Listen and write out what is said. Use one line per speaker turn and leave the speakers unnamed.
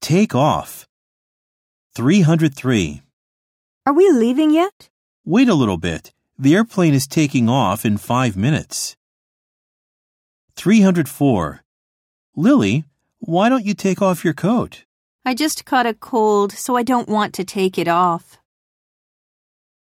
Take off. 303.
Are we leaving yet?
Wait a little bit. The airplane is taking off in five minutes. 304. Lily, why don't you take off your coat?
I just caught a cold, so I don't want to take it off.